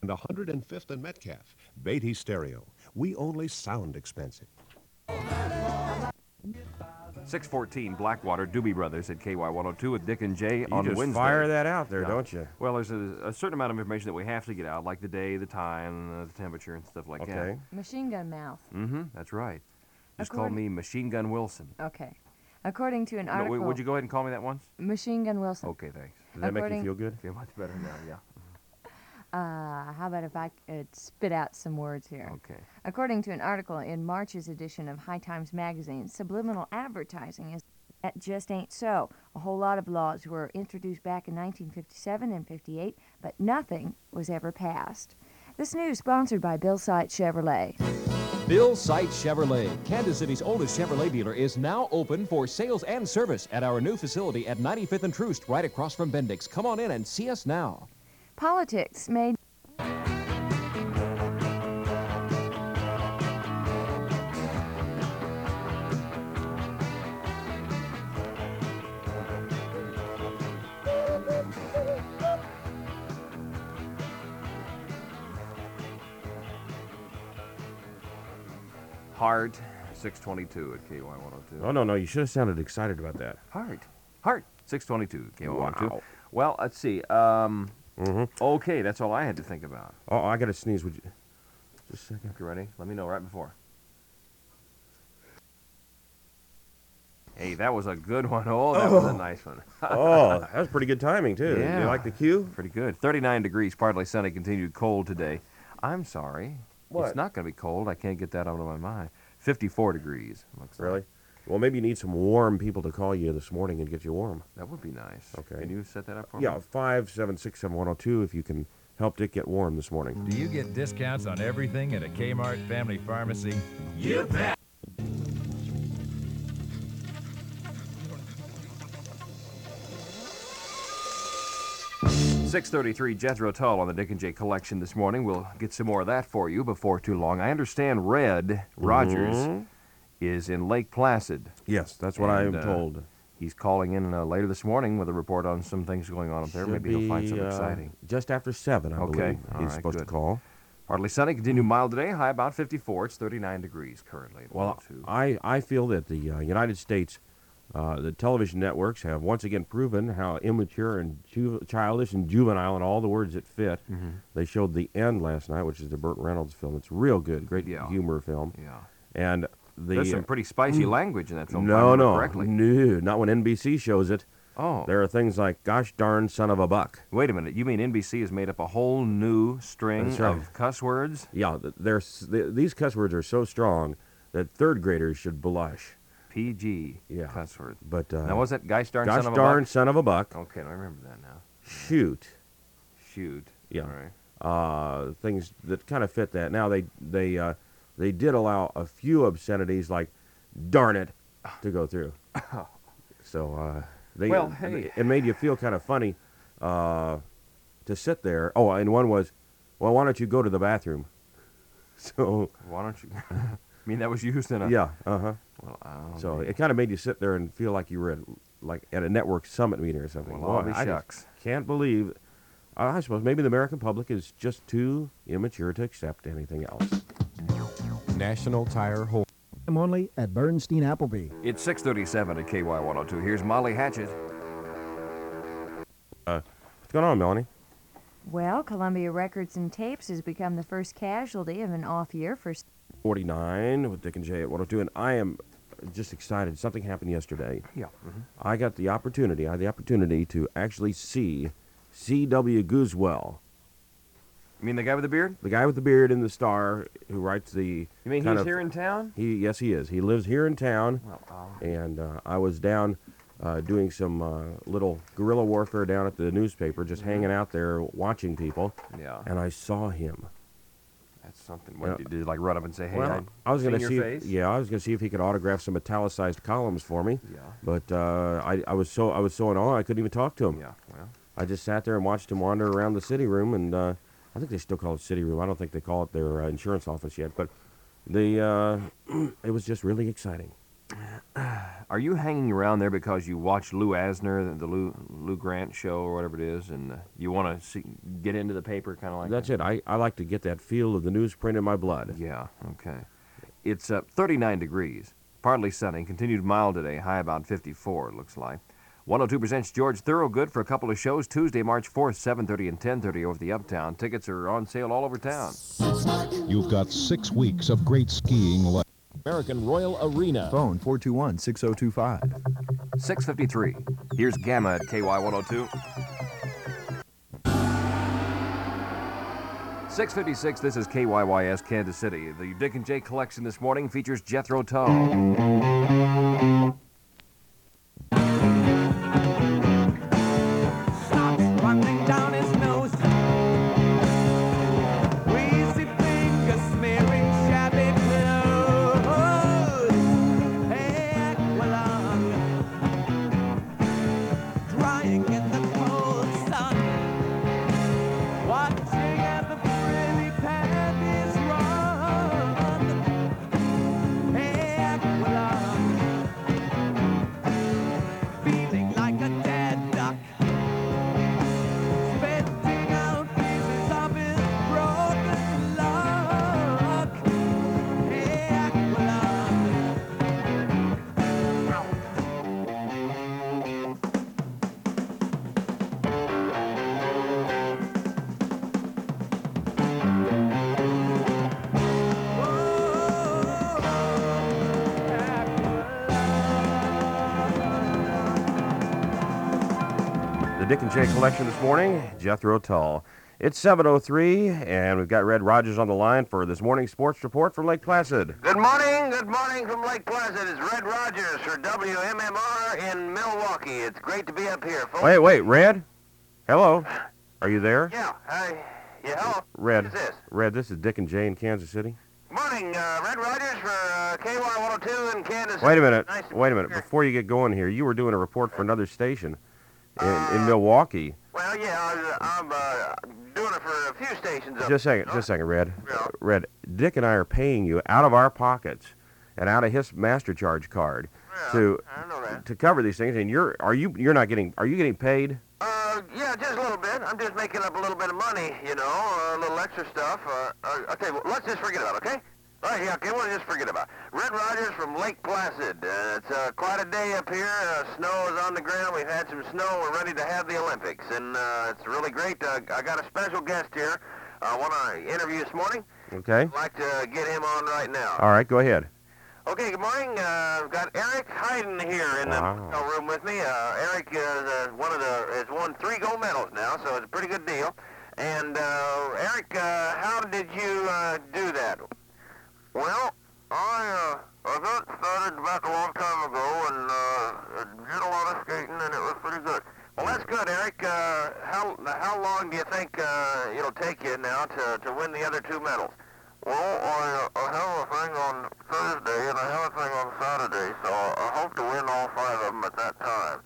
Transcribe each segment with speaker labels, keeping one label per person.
Speaker 1: and 105th and Metcalf. Beatty Stereo. We only sound expensive.
Speaker 2: 614 Blackwater Doobie Brothers at KY 102 with Dick and Jay
Speaker 3: You
Speaker 2: on
Speaker 3: just
Speaker 2: Wednesday.
Speaker 3: fire that out there,
Speaker 2: Yeah.
Speaker 3: don't you?
Speaker 2: Well, there's a, a certain amount of information that we have to get out, like the day, the time, uh, the temperature, and stuff like
Speaker 3: Okay.
Speaker 4: Machine gun mouth.
Speaker 2: that. Mm-hmm. That's right. Just call
Speaker 4: According-
Speaker 2: me Machine Gun Wilson.
Speaker 4: Okay. According to an
Speaker 2: No,
Speaker 4: article,
Speaker 2: wait, would you go ahead and call me that once?
Speaker 4: Machine Gun Wilson.
Speaker 2: Okay, thanks.
Speaker 3: Does that make you
Speaker 4: According-
Speaker 3: feel good?
Speaker 2: Feel much better now. Yeah.
Speaker 4: Uh, how about if I could spit out some words here?
Speaker 2: Okay.
Speaker 4: According to an article in March's edition of High Times magazine, subliminal advertising is that just ain't so. A whole lot of laws were introduced back in 1957 and 58, but nothing was ever passed. This news sponsored by Bill Sight Chevrolet.
Speaker 5: Bill Sight Chevrolet, Kansas City's oldest Chevrolet dealer, is now open for sales and service at our new facility at 95th and Troost, right across from Bendix. Come on in and see us now.
Speaker 4: Politics made
Speaker 2: Heart 622 at KY 102.
Speaker 3: Oh no, no, you should have sounded excited about that.
Speaker 2: Heart. Heart 622 KY 102.
Speaker 3: Wow. Mm-hmm.
Speaker 2: Well, let's see. Um, Okay, that's all I had to think about.
Speaker 3: Oh, I got to sneeze. Would you? Just a second.
Speaker 2: You ready? Let me know right before. Hey, that was a good one. Oh, that was a nice one.
Speaker 3: Oh, that was pretty good timing too.
Speaker 2: Yeah.
Speaker 3: You like the cue?
Speaker 2: Pretty good. 39 degrees, partly sunny, continued cold today. I'm sorry. It's
Speaker 3: What?
Speaker 2: not going to be cold. I can't get that out of my mind. 54 degrees. Looks like.
Speaker 3: Really? Well, maybe you need some warm people to call you this morning and get you warm.
Speaker 2: That would be nice.
Speaker 3: Okay.
Speaker 2: Can you set that up for
Speaker 3: Yeah,
Speaker 2: me?
Speaker 3: five seven six seven one zero two. If you can help Dick get warm this morning.
Speaker 2: Mm.
Speaker 6: Do you get discounts on everything at a Kmart family pharmacy?
Speaker 2: Yeah. 633 Jethro Tull on the Dick and Jay collection this morning. We'll get some more of that for you before too long. I understand Red Rogers
Speaker 3: Mm-hmm.
Speaker 2: is in Lake Placid.
Speaker 3: Yes, that's what
Speaker 2: And,
Speaker 3: I am
Speaker 2: uh,
Speaker 3: told.
Speaker 2: He's calling in uh, later this morning with a report on some things going on up there.
Speaker 3: Should
Speaker 2: Maybe he'll find
Speaker 3: be,
Speaker 2: something
Speaker 3: uh,
Speaker 2: exciting.
Speaker 3: Just after seven, I
Speaker 2: Okay,
Speaker 3: believe
Speaker 2: all
Speaker 3: he's
Speaker 2: right,
Speaker 3: supposed
Speaker 2: good.
Speaker 3: to call.
Speaker 2: Partly sunny, continue mild today. High about 54. It's 39 degrees currently.
Speaker 3: Well, uh,
Speaker 2: Two.
Speaker 3: I, I feel that the uh, United States, uh, the television networks have once again proven how immature and ju- childish and juvenile and all the words that fit.
Speaker 2: Mm-hmm.
Speaker 3: They showed The End last night, which is the Burt Reynolds film. It's real good, great
Speaker 2: Yeah.
Speaker 3: humor film.
Speaker 2: yeah.
Speaker 3: And the mm,
Speaker 2: There's some pretty spicy language in that film. if I
Speaker 3: no,
Speaker 2: remember
Speaker 3: no,
Speaker 2: Correctly.
Speaker 3: no, not when NBC shows it.
Speaker 2: Oh.
Speaker 3: There are things like "Gosh darn son of a buck."
Speaker 2: Wait a minute. You mean NBC has made up a whole new string
Speaker 3: That's right.
Speaker 2: of cuss words?
Speaker 3: Yeah, th- there's th- these cuss words are so strong that third graders should blush.
Speaker 2: PG
Speaker 3: Yeah.
Speaker 2: cuss words.
Speaker 3: But uh,
Speaker 2: now, was that Gosh darn
Speaker 3: "Gosh
Speaker 2: son of
Speaker 3: darn
Speaker 2: a
Speaker 3: son of a buck"?
Speaker 2: buck? Okay, I remember that now.
Speaker 3: Shoot.
Speaker 2: Shoot.
Speaker 3: Yeah.
Speaker 2: All right.
Speaker 3: uh, things that kind of fit that. Now they they uh, they did allow a few obscenities like "darn it" to go through. So uh, they
Speaker 2: Well, hey.
Speaker 3: it made you feel kind of funny uh, to sit there. Oh, and one was, well, why don't you go to the bathroom? So
Speaker 2: Why don't you? I mean, that was used in a.
Speaker 3: yeah, uh huh.
Speaker 2: Well, I
Speaker 3: So it kind of made you sit there and feel like you were at, like at a network summit meeting or something.
Speaker 2: Well, I'll
Speaker 3: Boy,
Speaker 2: be
Speaker 3: I just
Speaker 2: shucks.
Speaker 3: can't believe. I suppose maybe the American public is just too immature to accept anything else.
Speaker 1: National Tire Wholesale.
Speaker 7: I'm only at Bernstein Appleby.
Speaker 2: It's 637 at KY 102. Here's Molly Hatchet.
Speaker 3: What's going on, Melanie?
Speaker 4: Well, Columbia Records and Tapes has become the first casualty of an off year for
Speaker 3: 49 with Dick and Jay at 102, and I am just excited. Something happened yesterday.
Speaker 2: Yeah.
Speaker 3: I got the opportunity, I had the opportunity to actually see C.W. Goosewell,
Speaker 2: You mean the guy with the beard?
Speaker 3: the guy with the beard and the star who writes the.
Speaker 2: You mean
Speaker 3: kind
Speaker 2: he's
Speaker 3: of-
Speaker 2: here in town?
Speaker 3: He, yes, he is. He lives here in town,
Speaker 2: Well, um, I'll-
Speaker 3: and uh, I was down uh, doing some uh, little guerrilla warfare down at the newspaper, just hanging out there watching people,
Speaker 2: Mm-hmm. yeah.
Speaker 3: and I saw him.
Speaker 2: That's something.
Speaker 3: Yeah.
Speaker 2: What did you do? Like run up and say, "Hey,
Speaker 3: Well, I was
Speaker 2: going to
Speaker 3: see.
Speaker 2: Your
Speaker 3: if-
Speaker 2: face?
Speaker 3: yeah, I was going to see if he could autograph some italicized columns for me.
Speaker 2: Yeah.
Speaker 3: But uh, I, I was so I was so in awe I couldn't even talk to him.
Speaker 2: Yeah. Well,
Speaker 3: I just sat there and watched him wander around the city room, and uh, I think they still call it city room. I don't think they call it their uh, insurance office yet, but the uh, it was just really exciting.
Speaker 2: Are you hanging around there because you watch Lou Asner, the- the Lou, Lou Grant show or whatever it is, and uh, you want to see, get into the paper kind of like
Speaker 3: That's
Speaker 2: that?
Speaker 3: it. I, I like to get that feel of the newsprint in my blood.
Speaker 2: Yeah, okay. It's uh, 39 degrees, partly sunny, continued mild today, high about 54, it looks like. 102%'s George Thorogood for a couple of shows Tuesday, March 4th, 7.30 and 10.30 over the Uptown. Tickets are on sale all over town.
Speaker 8: You've got six weeks of great skiing left.
Speaker 5: American Royal Arena.
Speaker 9: Phone 421 6025.
Speaker 2: 6.53. Here's Gamma at KY 102. 656, this is KYYS Kansas City. The Dick and Jay collection this morning features Jethro Tull.
Speaker 10: Like a dead duck spitting out pieces of his broken luck. Equilon.
Speaker 3: The Dick and Jay collection this morning, Jethro Tull. It's 7.03, and we've got Red Rogers on the line for this morning's sports report from Lake Placid.
Speaker 11: Good morning, good morning from Lake Placid. It's Red Rogers for WMMR in Milwaukee. It's great to be up here, folks.
Speaker 3: Wait, wait, Red? Hello? Are you there?
Speaker 11: Yeah, I, yeah, hello.
Speaker 3: Red.
Speaker 11: Who's this?
Speaker 3: Red, this is Dick and Jay in Kansas City.
Speaker 11: Morning, uh, Red Rogers for uh, KY102 in Kansas.
Speaker 3: Wait a minute.
Speaker 11: Nice to
Speaker 3: Wait a
Speaker 11: be
Speaker 3: minute.
Speaker 11: here.
Speaker 3: Before you get going here, you were doing a report for another station in, in Milwaukee.
Speaker 11: Well, yeah, I was, uh, I'm uh, doing it for a few stations up
Speaker 3: Just a second,
Speaker 11: here.
Speaker 3: just a second, Red.
Speaker 11: Yeah.
Speaker 3: Red, Dick and I are paying you out of our pockets and out of his master charge card
Speaker 11: Yeah,
Speaker 3: to
Speaker 11: I know that.
Speaker 3: to cover these things. And you're are you you're not getting are you getting paid?
Speaker 11: Uh, yeah, just a little bit. I'm just making up a little bit of money, you know, uh, a little extra stuff. Uh, uh, okay, well, let's just forget about it, okay? All right, yeah, okay, we'll just forget about it. Red Rogers from Lake Placid. Uh, it's uh, quite a day up here. Uh, snow is on the ground. We've had some snow. We're ready to have the Olympics, and uh, it's really great. Uh, I got a special guest here. Uh, one I interviewed this morning.
Speaker 3: Okay.
Speaker 11: I'd like to get him on right now.
Speaker 3: All right, go ahead.
Speaker 11: Okay, good morning. Uh, I've got Eric Hayden here in the
Speaker 3: Wow.
Speaker 11: hotel room with me. Uh, Eric is uh, one of the has won three gold medals now, so it's a pretty good deal. And uh, Eric, uh, how did you uh, do that? Well, I uh, I got started back a long time ago and uh, did a lot of skating, and it was pretty good. Well, that's good, Eric. Uh, how how long do you think uh, it'll take you now to, to win the other two medals? Well, I, uh, I have a thing on Thursday and I have a thing on Saturday, so I hope to win all five of them at that time.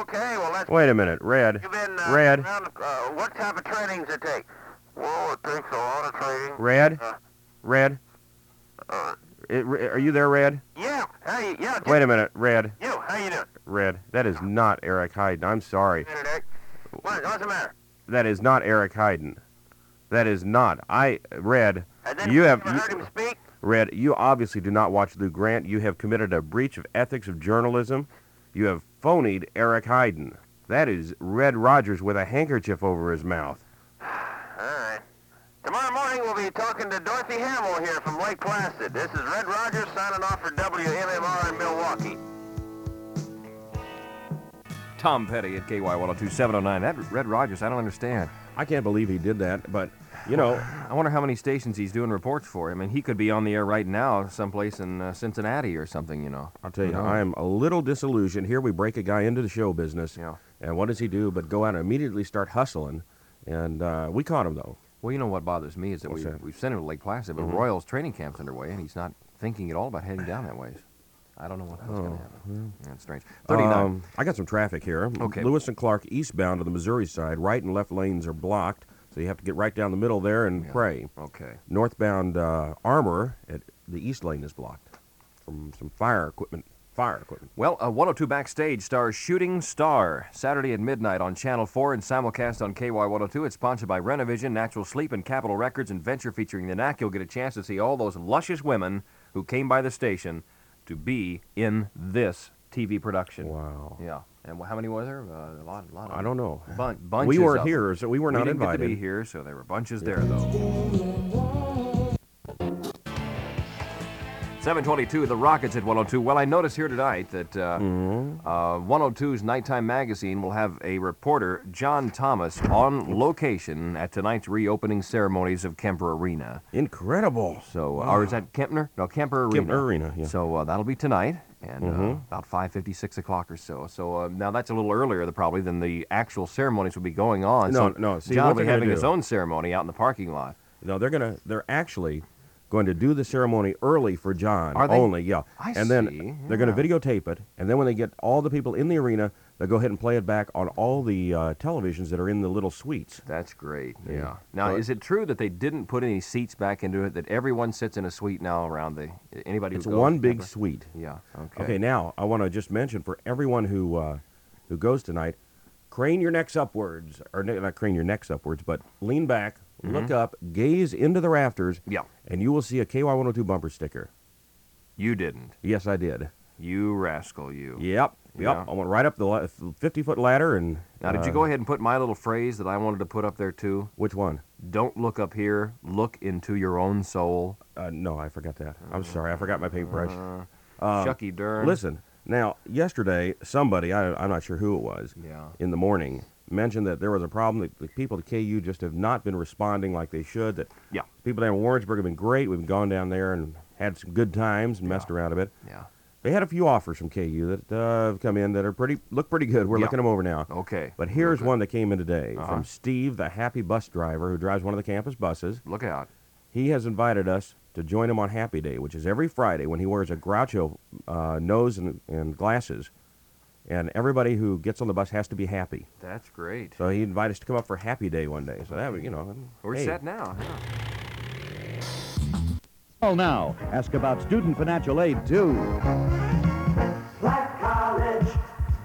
Speaker 11: Okay, well that's
Speaker 3: Wait a minute, Red.
Speaker 11: you've been uh,
Speaker 3: Red.
Speaker 11: Around, uh, what type of trainings it take? Well, it takes a lot of training.
Speaker 3: Red.
Speaker 11: Uh,
Speaker 3: Red.
Speaker 11: uh,
Speaker 3: It- re- are you there, Red?
Speaker 11: yeah. Hey, yeah.
Speaker 3: Wait a minute, Red.
Speaker 11: You, how you doing?
Speaker 3: Red. That is not Eric Hyden. I'm sorry.
Speaker 11: Minute, Eric. What, what's the matter?
Speaker 3: That is not Eric Hyden. That is not. I Red.
Speaker 11: And then
Speaker 3: You have-
Speaker 11: ever
Speaker 3: you-
Speaker 11: heard him speak?
Speaker 3: Red, you obviously do not watch Lou Grant. You have committed a breach of ethics of journalism. You have phonied Eric Hyden. That is Red Rogers with a handkerchief over his mouth.
Speaker 11: All right. Tomorrow morning we'll be talking to Dorothy Hamill here from Lake Placid. This is Red Rogers signing off for WMMR in Milwaukee.
Speaker 2: Tom Petty at KY 102 709. That Red Rogers, I don't understand.
Speaker 3: I can't believe he did that, but you know,
Speaker 2: I wonder how many stations he's doing reports for. I mean, he could be on the air right now someplace in uh, Cincinnati or something, you know.
Speaker 3: I'll tell you, I am a little disillusioned. Here we break a guy into the show business,
Speaker 2: Yeah.
Speaker 3: and what does he do but go out and immediately start hustling? And uh, we caught him though.
Speaker 2: Well, you know what bothers me is that
Speaker 3: What's
Speaker 2: we,
Speaker 3: that? Mm-hmm.
Speaker 2: we've sent him to Lake Placid, but Royals training camp's underway, and he's not thinking at all about heading down that ways. I don't know what that's going to happen. That's strange. 39.
Speaker 3: Oh, Um, I got some traffic here.
Speaker 2: Okay.
Speaker 3: Lewis and Clark eastbound to the Missouri side. Right and left lanes are blocked, so you have to get right down the middle there and
Speaker 2: Yeah.
Speaker 3: pray.
Speaker 2: Okay.
Speaker 3: northbound uh, armor at the east lane is blocked from some fire equipment fire equipment.
Speaker 2: Well, uh, 102 Backstage stars Shooting Star, Saturday at midnight on Channel 4 and simulcast on KY102. It's sponsored by Renovision, Natural Sleep, and Capital Records, and Venture featuring the NAC. You'll get a chance to see all those luscious women who came by the station to be in this TV production.
Speaker 3: Wow.
Speaker 2: Yeah. And how many was there? Uh, a lot, a lot. Of
Speaker 3: I don't know.
Speaker 2: Bun- bunches
Speaker 3: we weren't
Speaker 2: of them.
Speaker 3: here, so we were not
Speaker 2: didn't
Speaker 3: invited.
Speaker 2: Get to be here, so there were bunches there though. 722, the Rockets at 102. Well, I notice here tonight that uh,
Speaker 3: Mm-hmm.
Speaker 2: uh, 102's Nighttime Magazine will have a reporter, John Thomas, on location at tonight's reopening ceremonies of Kemper Arena.
Speaker 3: Incredible.
Speaker 2: So, uh, or is that Kempner? No, Kemper Arena.
Speaker 3: Kemper Ah. Arena, yeah. Mm-hmm.
Speaker 2: So uh, that'll be tonight, and uh, about 5:50, 6 o'clock or so. So uh, now that's a little earlier, th- probably, than the actual ceremonies will be going on.
Speaker 3: No,
Speaker 2: so
Speaker 3: no, see,
Speaker 2: John
Speaker 3: what
Speaker 2: will be
Speaker 3: they're gonna
Speaker 2: having his
Speaker 3: do-
Speaker 2: own ceremony out in the parking lot.
Speaker 3: No, they're gonna. They're actually going to do the ceremony early for John
Speaker 2: Are they?
Speaker 3: only. Yeah.
Speaker 2: I
Speaker 3: and then
Speaker 2: see,
Speaker 3: they're going to videotape it, and then when they get all the people in the arena, they'll go ahead and play it back on all the uh, televisions that are in the little suites.
Speaker 2: That's great.
Speaker 3: Yeah.
Speaker 2: Now,
Speaker 3: But-
Speaker 2: is it true that they didn't put any seats back into it? That everyone sits in a suite now around the anybody?
Speaker 3: It's
Speaker 2: who goes
Speaker 3: one
Speaker 2: to
Speaker 3: big
Speaker 2: Denver?
Speaker 3: suite.
Speaker 2: Yeah. Okay.
Speaker 3: Okay. Now I want to just mention for everyone who uh, who goes tonight, crane your necks upwards, or n- not crane your necks upwards, but lean back, look up, gaze into the rafters.
Speaker 2: Mm-hmm. Yeah.
Speaker 3: And you will see a KY 102 bumper sticker.
Speaker 2: You didn't.
Speaker 3: Yes, I did.
Speaker 2: You rascal, you.
Speaker 3: Yep. Yep.
Speaker 2: Yeah.
Speaker 3: I went right up the 50 foot ladder and.
Speaker 2: Now, did you
Speaker 3: uh,
Speaker 2: go ahead and put my little phrase that I wanted to put up there too?
Speaker 3: Which one?
Speaker 2: Don't look up here. Look into your own soul.
Speaker 3: Uh, no, I forgot that. I'm sorry. I forgot my paintbrush.
Speaker 2: Uh-huh. Shucky Dern.
Speaker 3: Uh, Listen, now, yesterday, somebody, I, I'm not sure who it was,
Speaker 2: Yeah.
Speaker 3: in the morning, mentioned that there was a problem that the people at KU just have not been responding like they should. That
Speaker 2: Yeah.
Speaker 3: people down in Warrensburg have been great. We've gone down there and had some good times and messed around a bit.
Speaker 2: Yeah.
Speaker 3: They had a few offers from KU that uh, have come in that are pretty look pretty good. We're
Speaker 2: Yeah.
Speaker 3: looking them over now.
Speaker 2: Okay. Uh-huh.
Speaker 3: But
Speaker 2: Real
Speaker 3: here's
Speaker 2: good.
Speaker 3: one that came in today from Steve, the happy bus driver who drives one of the campus buses.
Speaker 2: Look out.
Speaker 3: He has invited us to join him on Happy Day, which is every Friday when he wears a Groucho uh, nose and, and glasses. And everybody who gets on the bus has to be happy.
Speaker 2: That's great.
Speaker 3: So he invited us to come up for Happy Day one day. So that would, you know.
Speaker 2: We're
Speaker 3: hey.
Speaker 2: set now. Yeah.
Speaker 7: Call now. Ask about student financial aid too.
Speaker 10: Black college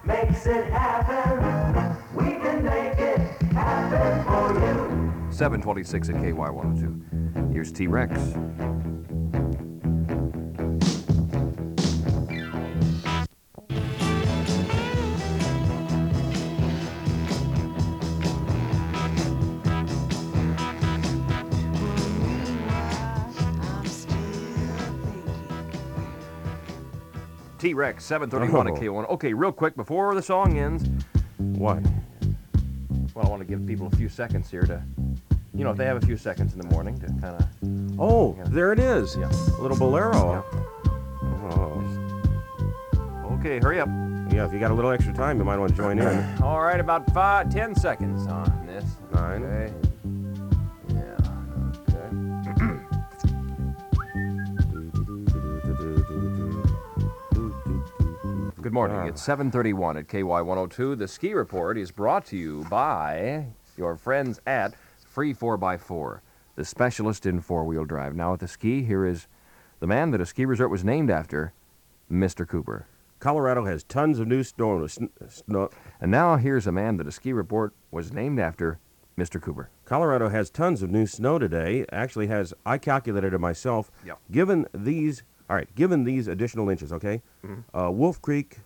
Speaker 10: makes it happen. We can make it happen for you.
Speaker 2: 726 at KY102. Here's T Rex. T Rex, 731
Speaker 3: Oh.
Speaker 2: at K1. Okay, real quick, before the song ends,
Speaker 3: What?
Speaker 2: well, I want to give people a few seconds here to, you know, if they have a few seconds in the morning to kind of.
Speaker 3: Oh,
Speaker 2: Yeah.
Speaker 3: there it is.
Speaker 2: Yeah.
Speaker 3: A little bolero. Oh.
Speaker 2: Okay, hurry up.
Speaker 3: Yeah, if you got a little extra time, you might want to join in.
Speaker 2: All right, about five, ten seconds on this.
Speaker 3: Nine.
Speaker 2: Okay. Yeah. Okay. Good morning.
Speaker 3: Ah.
Speaker 2: It's 7:31 at KY102. The ski report is brought to you by your friends at Free 4x4, the specialist in four-wheel drive. Now at the ski, here is the man that a ski resort was named after, Mr. Cooper.
Speaker 3: Colorado has tons of new snow. uh, sn- snow
Speaker 2: And now here's a man that a ski report was named after, Mr. Cooper.
Speaker 3: Colorado has tons of new snow today. Actually, has I calculated it myself.
Speaker 2: Yep.
Speaker 3: Given these, all right. Given these additional inches, okay. Uh, Wolf Creek,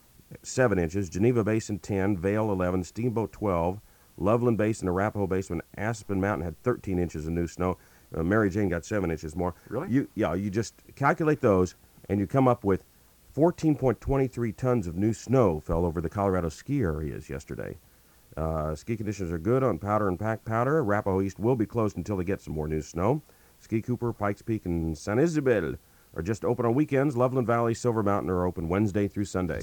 Speaker 3: seven inches. Geneva Basin, ten. Vale, eleven. Steamboat, twelve. Loveland Basin, Arapahoe Basin, Aspen Mountain had thirteen inches of new snow. Uh, Mary Jane got seven inches more.
Speaker 2: Really?
Speaker 3: You yeah. You just calculate those, and you come up with. 14.23 tons of new snow fell over the Colorado ski areas yesterday. Uh, ski conditions are good on powder and pack powder. Arapahoe East will be closed until they get some more new snow. Ski Cooper, Pikes Peak, and San Isabel are just open on weekends. Loveland Valley, Silver Mountain are open Wednesday through Sunday.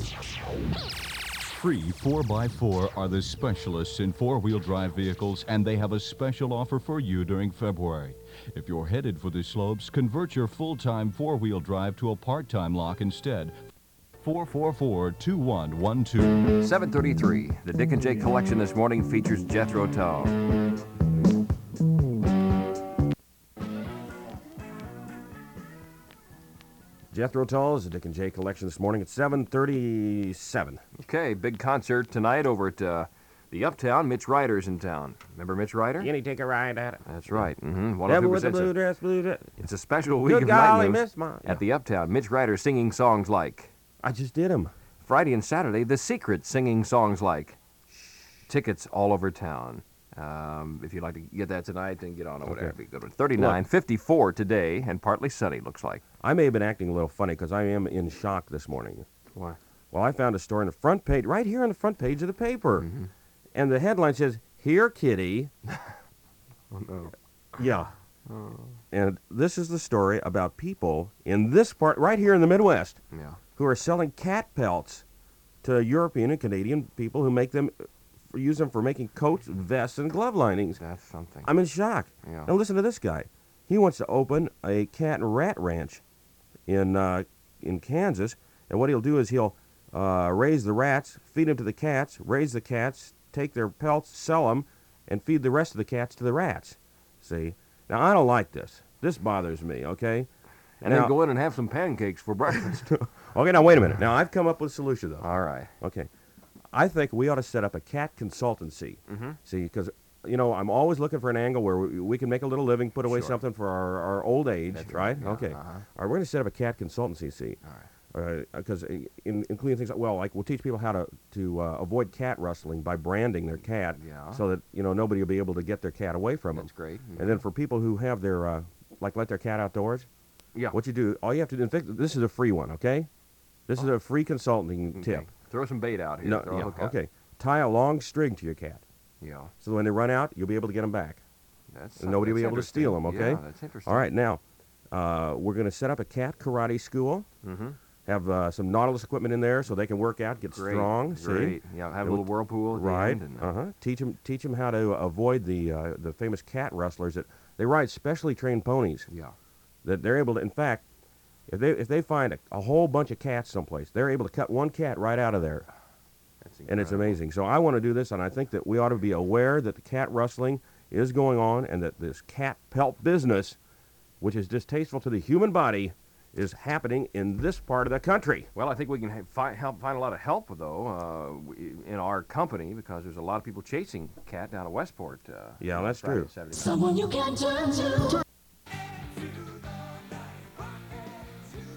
Speaker 8: Free 4x4 are the specialists in four wheel drive vehicles, and they have a special offer for you during February. If you're headed for the slopes, convert your full time four wheel drive to a part time lock instead. 444 2112.
Speaker 2: 733. The Dick and Jake collection this morning features Jethro Tull.
Speaker 3: Jethro Tull is the Dick and Jay Collection this morning at 7:37.
Speaker 2: Okay, big concert tonight over at uh, the Uptown. Mitch Ryder's in town. Remember Mitch Ryder?
Speaker 3: Any take a ride at it?
Speaker 2: That's right. Mm-hmm.
Speaker 3: Devil with the blue dress, blue dress.
Speaker 2: It's a special week
Speaker 3: Good
Speaker 2: of
Speaker 3: golly,
Speaker 2: night moves
Speaker 3: Miss Ma-
Speaker 2: at the Uptown. Mitch Ryder singing songs like.
Speaker 3: I just did them.
Speaker 2: Friday and Saturday, The Secret singing songs like. Tickets all over town. Um, if you'd like to get that tonight, then get on over there.
Speaker 3: Okay.
Speaker 2: Be good one. 39, 54 today, and partly sunny, looks like.
Speaker 3: I may have been acting a little funny because I am in shock this morning.
Speaker 2: Why?
Speaker 3: Well, I found a story on the front page, right here on the front page of the paper,
Speaker 2: Mm-hmm.
Speaker 3: and the headline says, "Here, Kitty."
Speaker 2: Oh, no. Oh.
Speaker 3: Yeah. And this is the story about people in this part, right here in the Midwest,
Speaker 2: Yeah.
Speaker 3: who are selling cat pelts to European and Canadian people who make them, use them for making coats, vests, and glove linings.
Speaker 2: That's something.
Speaker 3: I'm in shock.
Speaker 2: Yeah.
Speaker 3: Now listen to this guy. He wants to open a cat and rat ranch in uh, in Kansas, and what he'll do is he'll uh, raise the rats, feed them to the cats, raise the cats, take their pelts, sell them, and feed the rest of the cats to the rats. See, now I don't like this. This bothers me. Okay.
Speaker 2: And
Speaker 3: now,
Speaker 2: then go in and have some pancakes for breakfast.
Speaker 3: okay, now wait a minute. Now I've come up with a solution though.
Speaker 2: All right.
Speaker 3: Okay. I think we ought to set up a cat consultancy.
Speaker 2: Mhm.
Speaker 3: See, because, you know, I'm always looking for an angle where we, we can make a little living, put away
Speaker 2: Sure.
Speaker 3: something for our, our old age,
Speaker 2: That's right.
Speaker 3: right?
Speaker 2: Yeah,
Speaker 3: okay.
Speaker 2: uh-huh.
Speaker 3: All right, we're going to set up a cat consultancy, see.
Speaker 2: All right.
Speaker 3: Because uh, in, including things like, well, like we'll teach people how to, to uh, avoid cat rustling by branding their cat
Speaker 2: Yeah.
Speaker 3: so that, you know, nobody will be able to get their cat away from
Speaker 2: That's
Speaker 3: them.
Speaker 2: great. Mm-hmm.
Speaker 3: And then for people who have their, uh, like, let their cat outdoors,
Speaker 2: Yeah.
Speaker 3: what you do, all you have to do, in fact, this is a free one, okay? This is a free consulting
Speaker 2: Mm-hmm. Okay.
Speaker 3: tip.
Speaker 2: Throw some bait out here.
Speaker 3: No,
Speaker 2: Throw a
Speaker 3: yeah,
Speaker 2: hook out.
Speaker 3: okay. Tie a long string to your cat,
Speaker 2: Yeah.
Speaker 3: so when they run out, you'll be able to get them back,
Speaker 2: That's
Speaker 3: and nobody will
Speaker 2: that's
Speaker 3: be able to steal them.
Speaker 2: interesting.
Speaker 3: Okay.
Speaker 2: Yeah, that's interesting.
Speaker 3: All right, now uh, we're going to set up a cat karate school.
Speaker 2: Mm-hmm.
Speaker 3: Have uh, some Nautilus equipment in there so they can work out, get
Speaker 2: Great.
Speaker 3: strong.
Speaker 2: Great.
Speaker 3: See?
Speaker 2: Yeah. Have
Speaker 3: It
Speaker 2: a little
Speaker 3: would-
Speaker 2: whirlpool. At
Speaker 3: Right.
Speaker 2: The end and,
Speaker 3: Uh huh. Teach them, how to avoid the uh, the famous cat rustlers that they ride specially trained ponies.
Speaker 2: Yeah.
Speaker 3: That they're able to. In fact, if they if they find a, a whole bunch of cats someplace, they're able to cut one cat right out of there.
Speaker 2: That's
Speaker 3: and it's
Speaker 2: incredible.
Speaker 3: amazing. So I want to do this, and I think that we ought to be aware that the cat rustling is going on, and that this cat pelt business, which is distasteful to the human body, is happening in this part of the country.
Speaker 2: Well, I think we can ha- fi- help find a lot of help though uh, w- in our company because there's a lot of people chasing cat down at Westport. Uh,
Speaker 3: Yeah,
Speaker 2: on
Speaker 3: that's
Speaker 2: Friday,
Speaker 3: true.
Speaker 2: Saturday.
Speaker 10: Someone you can turn to.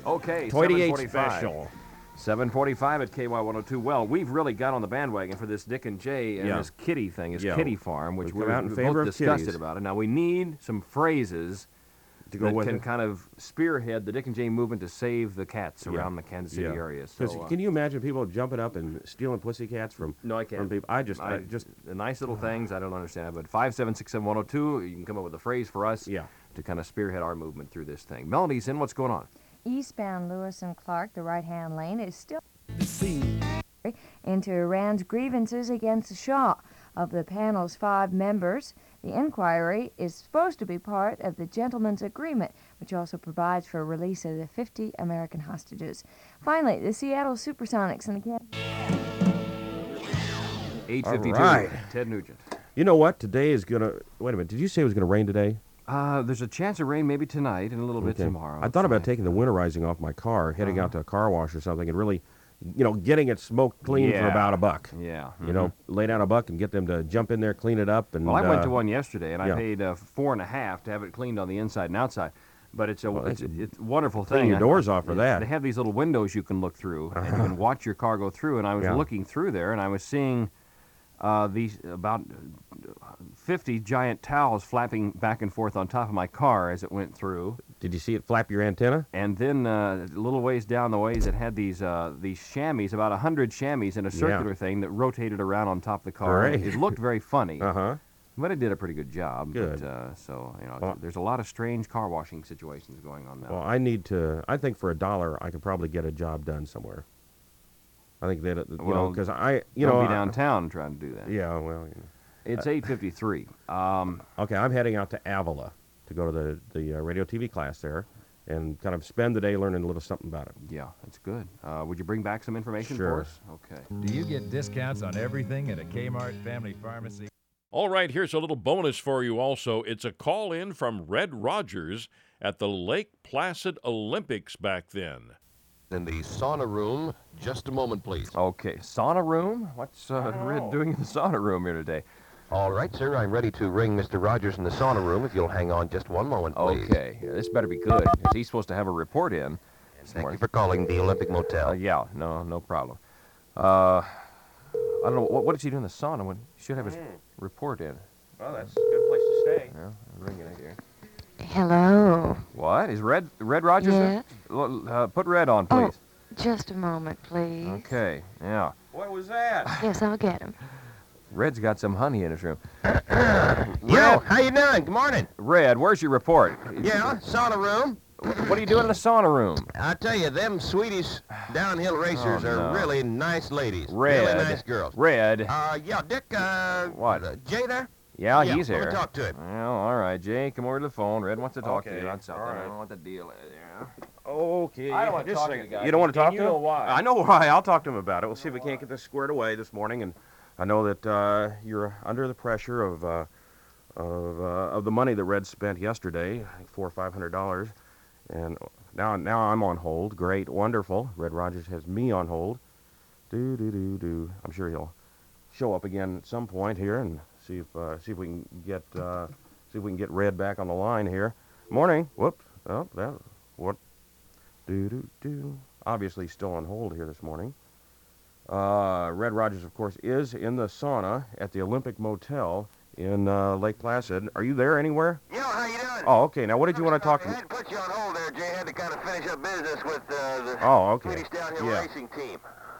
Speaker 2: Okay. 7:45. 745 at KY102. Well, we've really got on the bandwagon for this Dick and Jay and
Speaker 3: Yeah.
Speaker 2: this kitty thing, this
Speaker 3: Yeah.
Speaker 2: kitty farm, which
Speaker 3: We've come
Speaker 2: we're
Speaker 3: out in
Speaker 2: we
Speaker 3: favor
Speaker 2: both
Speaker 3: of
Speaker 2: disgusted
Speaker 3: kitties.
Speaker 2: about it. Now, we need some phrases
Speaker 3: To go
Speaker 2: that
Speaker 3: with
Speaker 2: can
Speaker 3: it.
Speaker 2: kind of spearhead the Dick and Jay movement to save the cats
Speaker 3: Yeah.
Speaker 2: around the Kansas City
Speaker 3: Yeah.
Speaker 2: area.
Speaker 3: 'Cause
Speaker 2: So, uh,
Speaker 3: can you imagine people jumping up and stealing pussy cats from?
Speaker 2: No, I
Speaker 3: From
Speaker 2: can't.
Speaker 3: people, I just, I,
Speaker 2: I-
Speaker 3: just,
Speaker 2: the nice little things I don't understand. But five seven six seven one zero two, you can come up with a phrase for us
Speaker 3: Yeah.
Speaker 2: to kind of spearhead our movement through this thing. Melody's in. What's going on?
Speaker 4: Eastbound Lewis and Clark, the right hand lane, is still into Iran's grievances against Shah. Of the panel's five members, the inquiry is supposed to be part of the gentleman's agreement, which also provides for release of the 50 American hostages. Finally, the Seattle Supersonics and the Kansas.
Speaker 2: Eight fifty two.
Speaker 3: right.
Speaker 2: Ted Nugent.
Speaker 3: you know what? Today is gonna. Wait a minute. Did you say it was gonna rain today?
Speaker 2: Uh, there's a chance of rain maybe tonight and a little bit
Speaker 3: Okay.
Speaker 2: tomorrow. Uh-huh.
Speaker 3: I thought about
Speaker 2: Tonight.
Speaker 3: taking the winterizing off my car, heading out to a car wash or something, and really, you know, getting it smoked clean for
Speaker 2: Yeah.
Speaker 3: about a buck.
Speaker 2: Yeah.
Speaker 3: You know, lay down a buck and get them to jump in there, clean it up, and
Speaker 2: Well, I went
Speaker 3: uh,
Speaker 2: to one yesterday and
Speaker 3: yeah.
Speaker 2: I paid uh, four and a half to have it cleaned on the inside and outside. But it's a it's,
Speaker 3: that's
Speaker 2: it's a wonderful
Speaker 3: clean
Speaker 2: thing.
Speaker 3: your
Speaker 2: I-
Speaker 3: doors off for
Speaker 2: it-
Speaker 3: that. Uh-huh.
Speaker 2: They have these little windows you can look through and you can watch your car go through. And I was
Speaker 3: Yeah.
Speaker 2: looking through there and I was seeing uh, these about uh, fifty giant towels flapping back and forth on top of my car as it went through.
Speaker 3: Did you see it flap your antenna?
Speaker 2: And then uh, a little ways down the ways, it had these uh, these chamois, about hundred chamois in a circular thing that rotated around on top of the car.
Speaker 3: All right.
Speaker 2: It looked very funny.
Speaker 3: Uh huh.
Speaker 2: But it did a pretty good job.
Speaker 3: Good.
Speaker 2: But, uh, so you know,
Speaker 3: Well-
Speaker 2: there's a lot of strange car washing situations going on now.
Speaker 3: Well, I need to. I think for a dollar, I could probably get a job done somewhere. I think that uh, you know
Speaker 2: Well,
Speaker 3: because I you
Speaker 2: Don't
Speaker 3: know
Speaker 2: be
Speaker 3: I-
Speaker 2: downtown trying to do that.
Speaker 3: yeah, well, you know.
Speaker 2: It's 8:53. Um,
Speaker 3: okay. I'm heading out to Avila to go to the the uh, radio TV class there, and kind of spend the day learning a little something about it.
Speaker 2: yeah, that's good. Uh, would you bring back some information
Speaker 3: Sure.
Speaker 2: for us? Okay.
Speaker 6: Do you get discounts on everything at a Kmart, Family Pharmacy?
Speaker 12: All right, here's a little bonus for you also. It's a call in from Red Rogers at the Lake Placid Olympics back then.
Speaker 13: In the sauna room, just a moment, please.
Speaker 2: Okay, sauna room? What's uh, Red doing in the sauna room here today?
Speaker 13: All right, sir. I'm ready to ring Mr. Rogers in the sauna room if you'll hang on just one moment, please.
Speaker 2: Okay, yeah, this better be good. 'cause He's supposed to have a report in. Thank
Speaker 3: Oh.
Speaker 2: you
Speaker 13: for calling the Olympic Motel.
Speaker 2: yeah, no, no problem. Uh, I don't know what, what is he doing in the sauna when he should have his
Speaker 3: Mm.
Speaker 2: report in.
Speaker 3: Well, that's a good place to stay.
Speaker 2: Yeah, I'm ringing it here.
Speaker 14: Hello.
Speaker 2: What is Red Red Rogers? there? L- Uh, put Red on, please.
Speaker 14: Just a moment, please.
Speaker 2: Okay, yeah.
Speaker 3: What was that?
Speaker 14: Yes, I'll get him.
Speaker 2: Red's got some honey in his room.
Speaker 11: Yo, how you doing? Good morning.
Speaker 2: Red, where's your report?
Speaker 11: Yeah, sauna room.
Speaker 2: What are you doing in the sauna room?
Speaker 13: I tell you, them Swedish downhill racers
Speaker 2: Oh, no.
Speaker 13: are really nice ladies.
Speaker 2: Red.
Speaker 13: Really nice girls.
Speaker 2: Red.
Speaker 13: Uh, yeah, Dick, uh,
Speaker 2: what?
Speaker 13: Jay there?
Speaker 2: yeah,
Speaker 13: yeah,
Speaker 2: he's
Speaker 13: let me
Speaker 2: here.
Speaker 13: talk to him.
Speaker 2: Well, all right, Jay, come over to the phone. Red wants to talk to
Speaker 13: Okay,
Speaker 2: you on something.
Speaker 13: all
Speaker 2: I
Speaker 13: right.
Speaker 2: don't know what the deal is. Yeah.
Speaker 15: Okay.
Speaker 2: I don't wanna
Speaker 15: just
Speaker 2: talk
Speaker 15: a
Speaker 2: to
Speaker 15: second.
Speaker 2: the guy.
Speaker 3: You don't want to
Speaker 15: And
Speaker 3: talk
Speaker 15: you
Speaker 3: to him?
Speaker 15: know why.
Speaker 3: I know why. I'll talk to him about it. We'll see if we can't get this squared away this morning. And I know that uh, you're under the pressure of uh, of uh, of the money that Red spent yesterday, I think four or five hundred dollars. And now now I'm on hold. Great, wonderful. Red Rogers has me on hold. Do do do do. I'm sure he'll show up again at some point here and see if uh, see if we can get uh, see if we can get Red back on the line here. Morning. Whoop. Oh, that what? Do do do. Obviously still on hold here this morning. Uh, Red Rogers, of course, is in the sauna at the Olympic Motel in uh, Lake Placid. Are you there anywhere?
Speaker 11: Yo, how you doing?
Speaker 3: Oh, okay. Now, what did you want to talk?
Speaker 11: I had to put you on hold there, Jay. had to kind of finish up business with uh, the
Speaker 3: Oh, okay.
Speaker 11: Swedish downhill
Speaker 3: Yeah.
Speaker 11: racing team.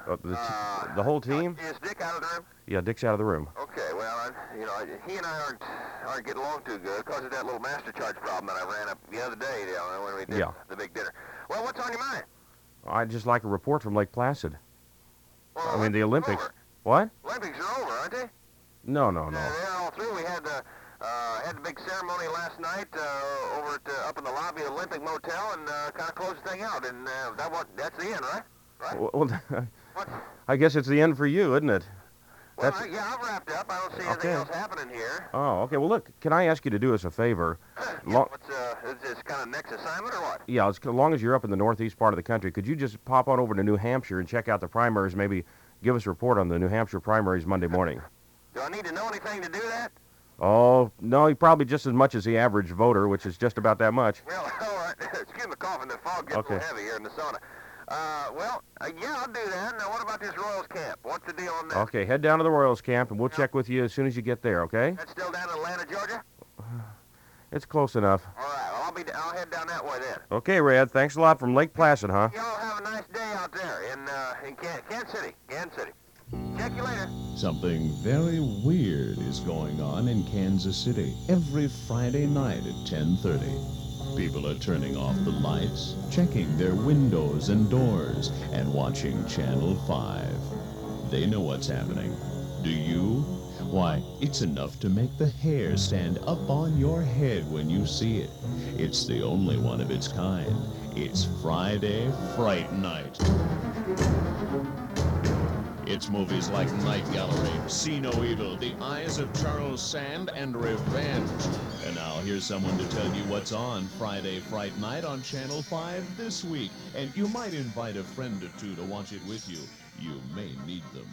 Speaker 11: uh,
Speaker 3: Uh, the, t- the whole team?
Speaker 11: Is Dick out of the room?
Speaker 3: Yeah, Dick's out of the room.
Speaker 11: Okay, well, I, you know, I- he and I aren't aren't getting along too good because of that little master charge problem that I ran up the other day you know, when we did
Speaker 3: Yeah.
Speaker 11: the big dinner. Well, what's on your mind?
Speaker 3: I'd just like a report from Lake Placid. I mean, the Olympics. What?
Speaker 11: Olympics are over, aren't they?
Speaker 3: No, no, no.
Speaker 11: They're all through. We had the uh, had the big ceremony last night uh, over at uh, up in the lobby of the Olympic Motel and uh, kind of closed the thing out. And uh, that was, that's the end, right?
Speaker 3: Well, well, I guess it's the end for you, isn't it?
Speaker 11: Well, I, yeah, I'm wrapped up. I don't see anything
Speaker 3: Okay.
Speaker 11: else happening here.
Speaker 3: Oh, okay. Well, look, can I ask you to do us a favor? Lo-
Speaker 11: What's uh, is this kind of next assignment or what?
Speaker 3: yeah, as long as you're up in the northeast part of the country, could you just pop on over to New Hampshire and check out the primaries? Maybe give us a report on the New Hampshire primaries Monday morning.
Speaker 11: Do I need to know anything to do that?
Speaker 3: Oh, no, he probably just as much as the average voter, which is just about that much.
Speaker 11: Well, all right. Excuse my coughing. The fog gets a
Speaker 3: Okay.
Speaker 11: little heavy here in the sauna. Uh, well, uh, yeah, I'll do that. Now, what about this Royals camp? What's the deal on that?
Speaker 3: Okay, head down to the Royals camp, and we'll check with you as soon as you get there, okay?
Speaker 11: That's still down in Atlanta, Georgia.
Speaker 3: It's close enough.
Speaker 11: All right. Well, I'll be. I'll head down that way then.
Speaker 3: Okay, Red, thanks a lot from Lake Placid, huh?
Speaker 11: Y'all have a nice day out there in uh, in Can- Kansas City. Kansas City. Check you later.
Speaker 16: Something very weird is going on in Kansas City every Friday night at 10:30. People are turning off the lights, checking their windows and doors, and watching Channel 5. They know what's happening. Do you? Why, it's enough to make the hair stand up on your head when you see it. It's the only one of its kind. It's Friday Fright Night. It's movies like Night Gallery, See No Evil, The Eyes of Charles Sand, and Revenge. And now here's someone to tell you what's on Friday Fright Night on Channel 5 this week. And you might invite a friend or two to watch it with you. You may need them.